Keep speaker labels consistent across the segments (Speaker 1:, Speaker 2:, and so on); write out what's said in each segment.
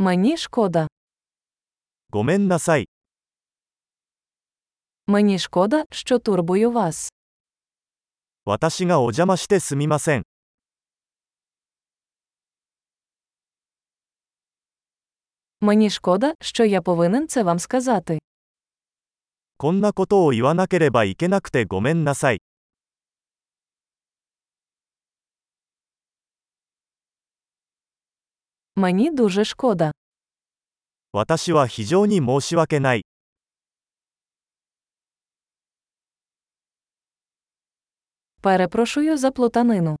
Speaker 1: Мені шкода.
Speaker 2: ごめんなさい。
Speaker 1: Мені шкода, що турбую вас.
Speaker 2: 私がお邪魔してすみません。
Speaker 1: Мені шкода, що я повинен це вам сказати.
Speaker 2: こんなことを言わなければいけなくてごめんなさい。
Speaker 1: Мені дуже шкода.
Speaker 2: 私は非常に申し訳ない。
Speaker 1: Перепрошую за плутанину.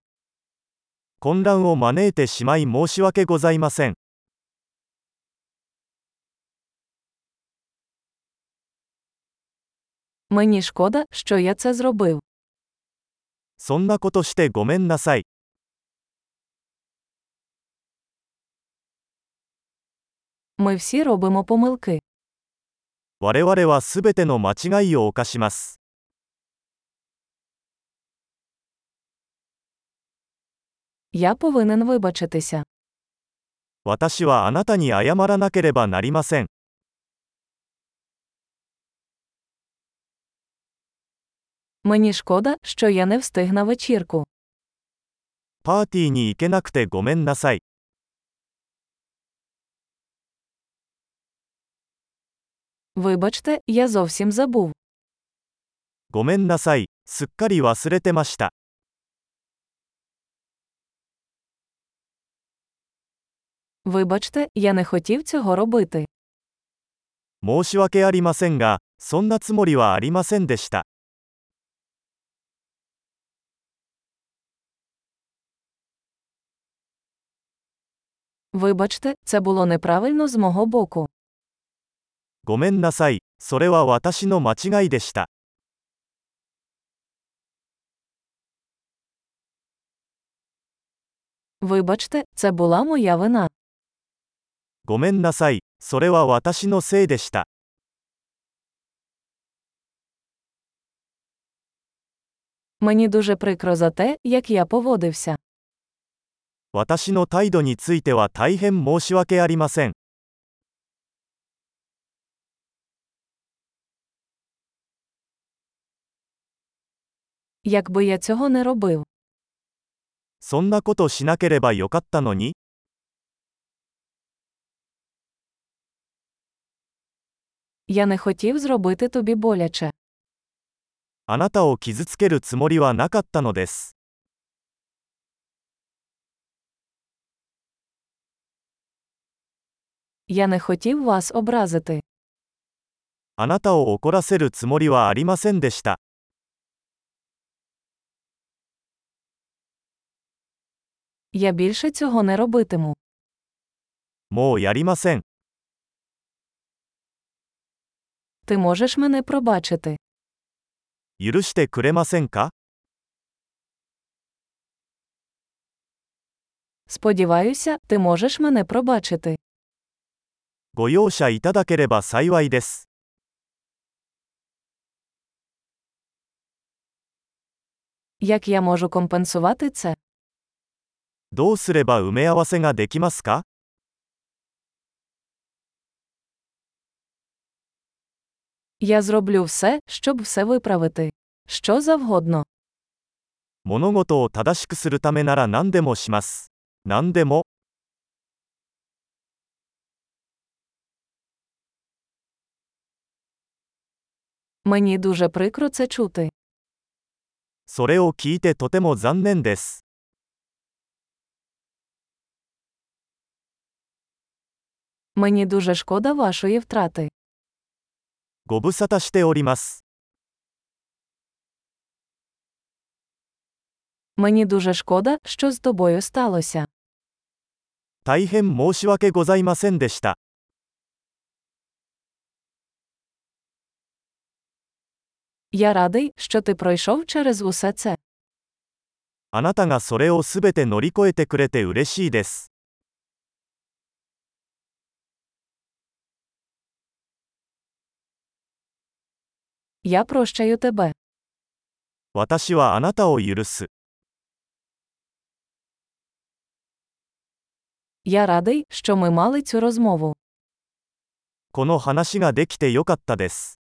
Speaker 2: 混乱を招いてしまい申し訳ございません。
Speaker 1: Мені шкода, що я це зробив.
Speaker 2: そんなことしてごめんなさい。
Speaker 1: Ми всі робимо помилки.
Speaker 2: 我々はすべての間違いを犯します。
Speaker 1: Я повинен вибачитися.
Speaker 2: 私はあなたに謝らなければなりません。
Speaker 1: Мені шкода, що я не встиг на вечірку.
Speaker 2: パーティーに行けなくてごめんなさい。
Speaker 1: Вибачте, я зовсім забув.
Speaker 2: ごめんなさい。すっかり忘れてました。
Speaker 1: Вибачте, я не хотів цього робити.
Speaker 2: 申し訳ありませんが、そんなつもりはありませんでした。
Speaker 1: Вибачте, це було неправильно з мого боку.
Speaker 2: ごめんなさい。それは私の間違いでした。
Speaker 1: Вибачте, це була моя вина.
Speaker 2: ごめんなさい。それは私のせいでした。
Speaker 1: Мені дуже прикро за те, як я поводився.
Speaker 2: 私の態度については大変申し訳ありません。
Speaker 1: Якби я цього не робив.
Speaker 2: そんなことしなければよかったのに、
Speaker 1: Я не хотів зробити тобі боляче.
Speaker 2: あなたを傷つけるつもりはなかったのです。
Speaker 1: Я не хотів вас образити.
Speaker 2: あなたを怒らせるつもりはありませんでした。
Speaker 1: Я більше цього не робитиму.
Speaker 2: もうやりません。
Speaker 1: Ти можеш мене пробачити.
Speaker 2: 許してくれませんか
Speaker 1: Сподіваюся, ти можеш мене пробачити.
Speaker 2: ご容赦いただければ幸いです。
Speaker 1: Як я можу компенсувати це?
Speaker 2: どうすれば埋め合わせができますか
Speaker 1: Я зроблю все, щоб все виправити. Що завгодно.
Speaker 2: 物事を正しくするためなら何でもします。何でも、
Speaker 1: Мені дуже прикро це чути.
Speaker 2: それを聞いてとても残念です。
Speaker 1: Мені дуже шкода вашої втрати.
Speaker 2: ご無沙汰しております。
Speaker 1: Мені дуже шкода, що з тобою сталося.
Speaker 2: 大変申し訳ございませんでした。
Speaker 1: Я радий, що ти пройшов через усе це.
Speaker 2: あなたがそれをすべて乗り越えてくれて嬉しいです。
Speaker 1: Я прощаю тебе.
Speaker 2: 私はあなたを許す。
Speaker 1: Я радий, що ми мали цю розмову.
Speaker 2: この話ができてよかったです。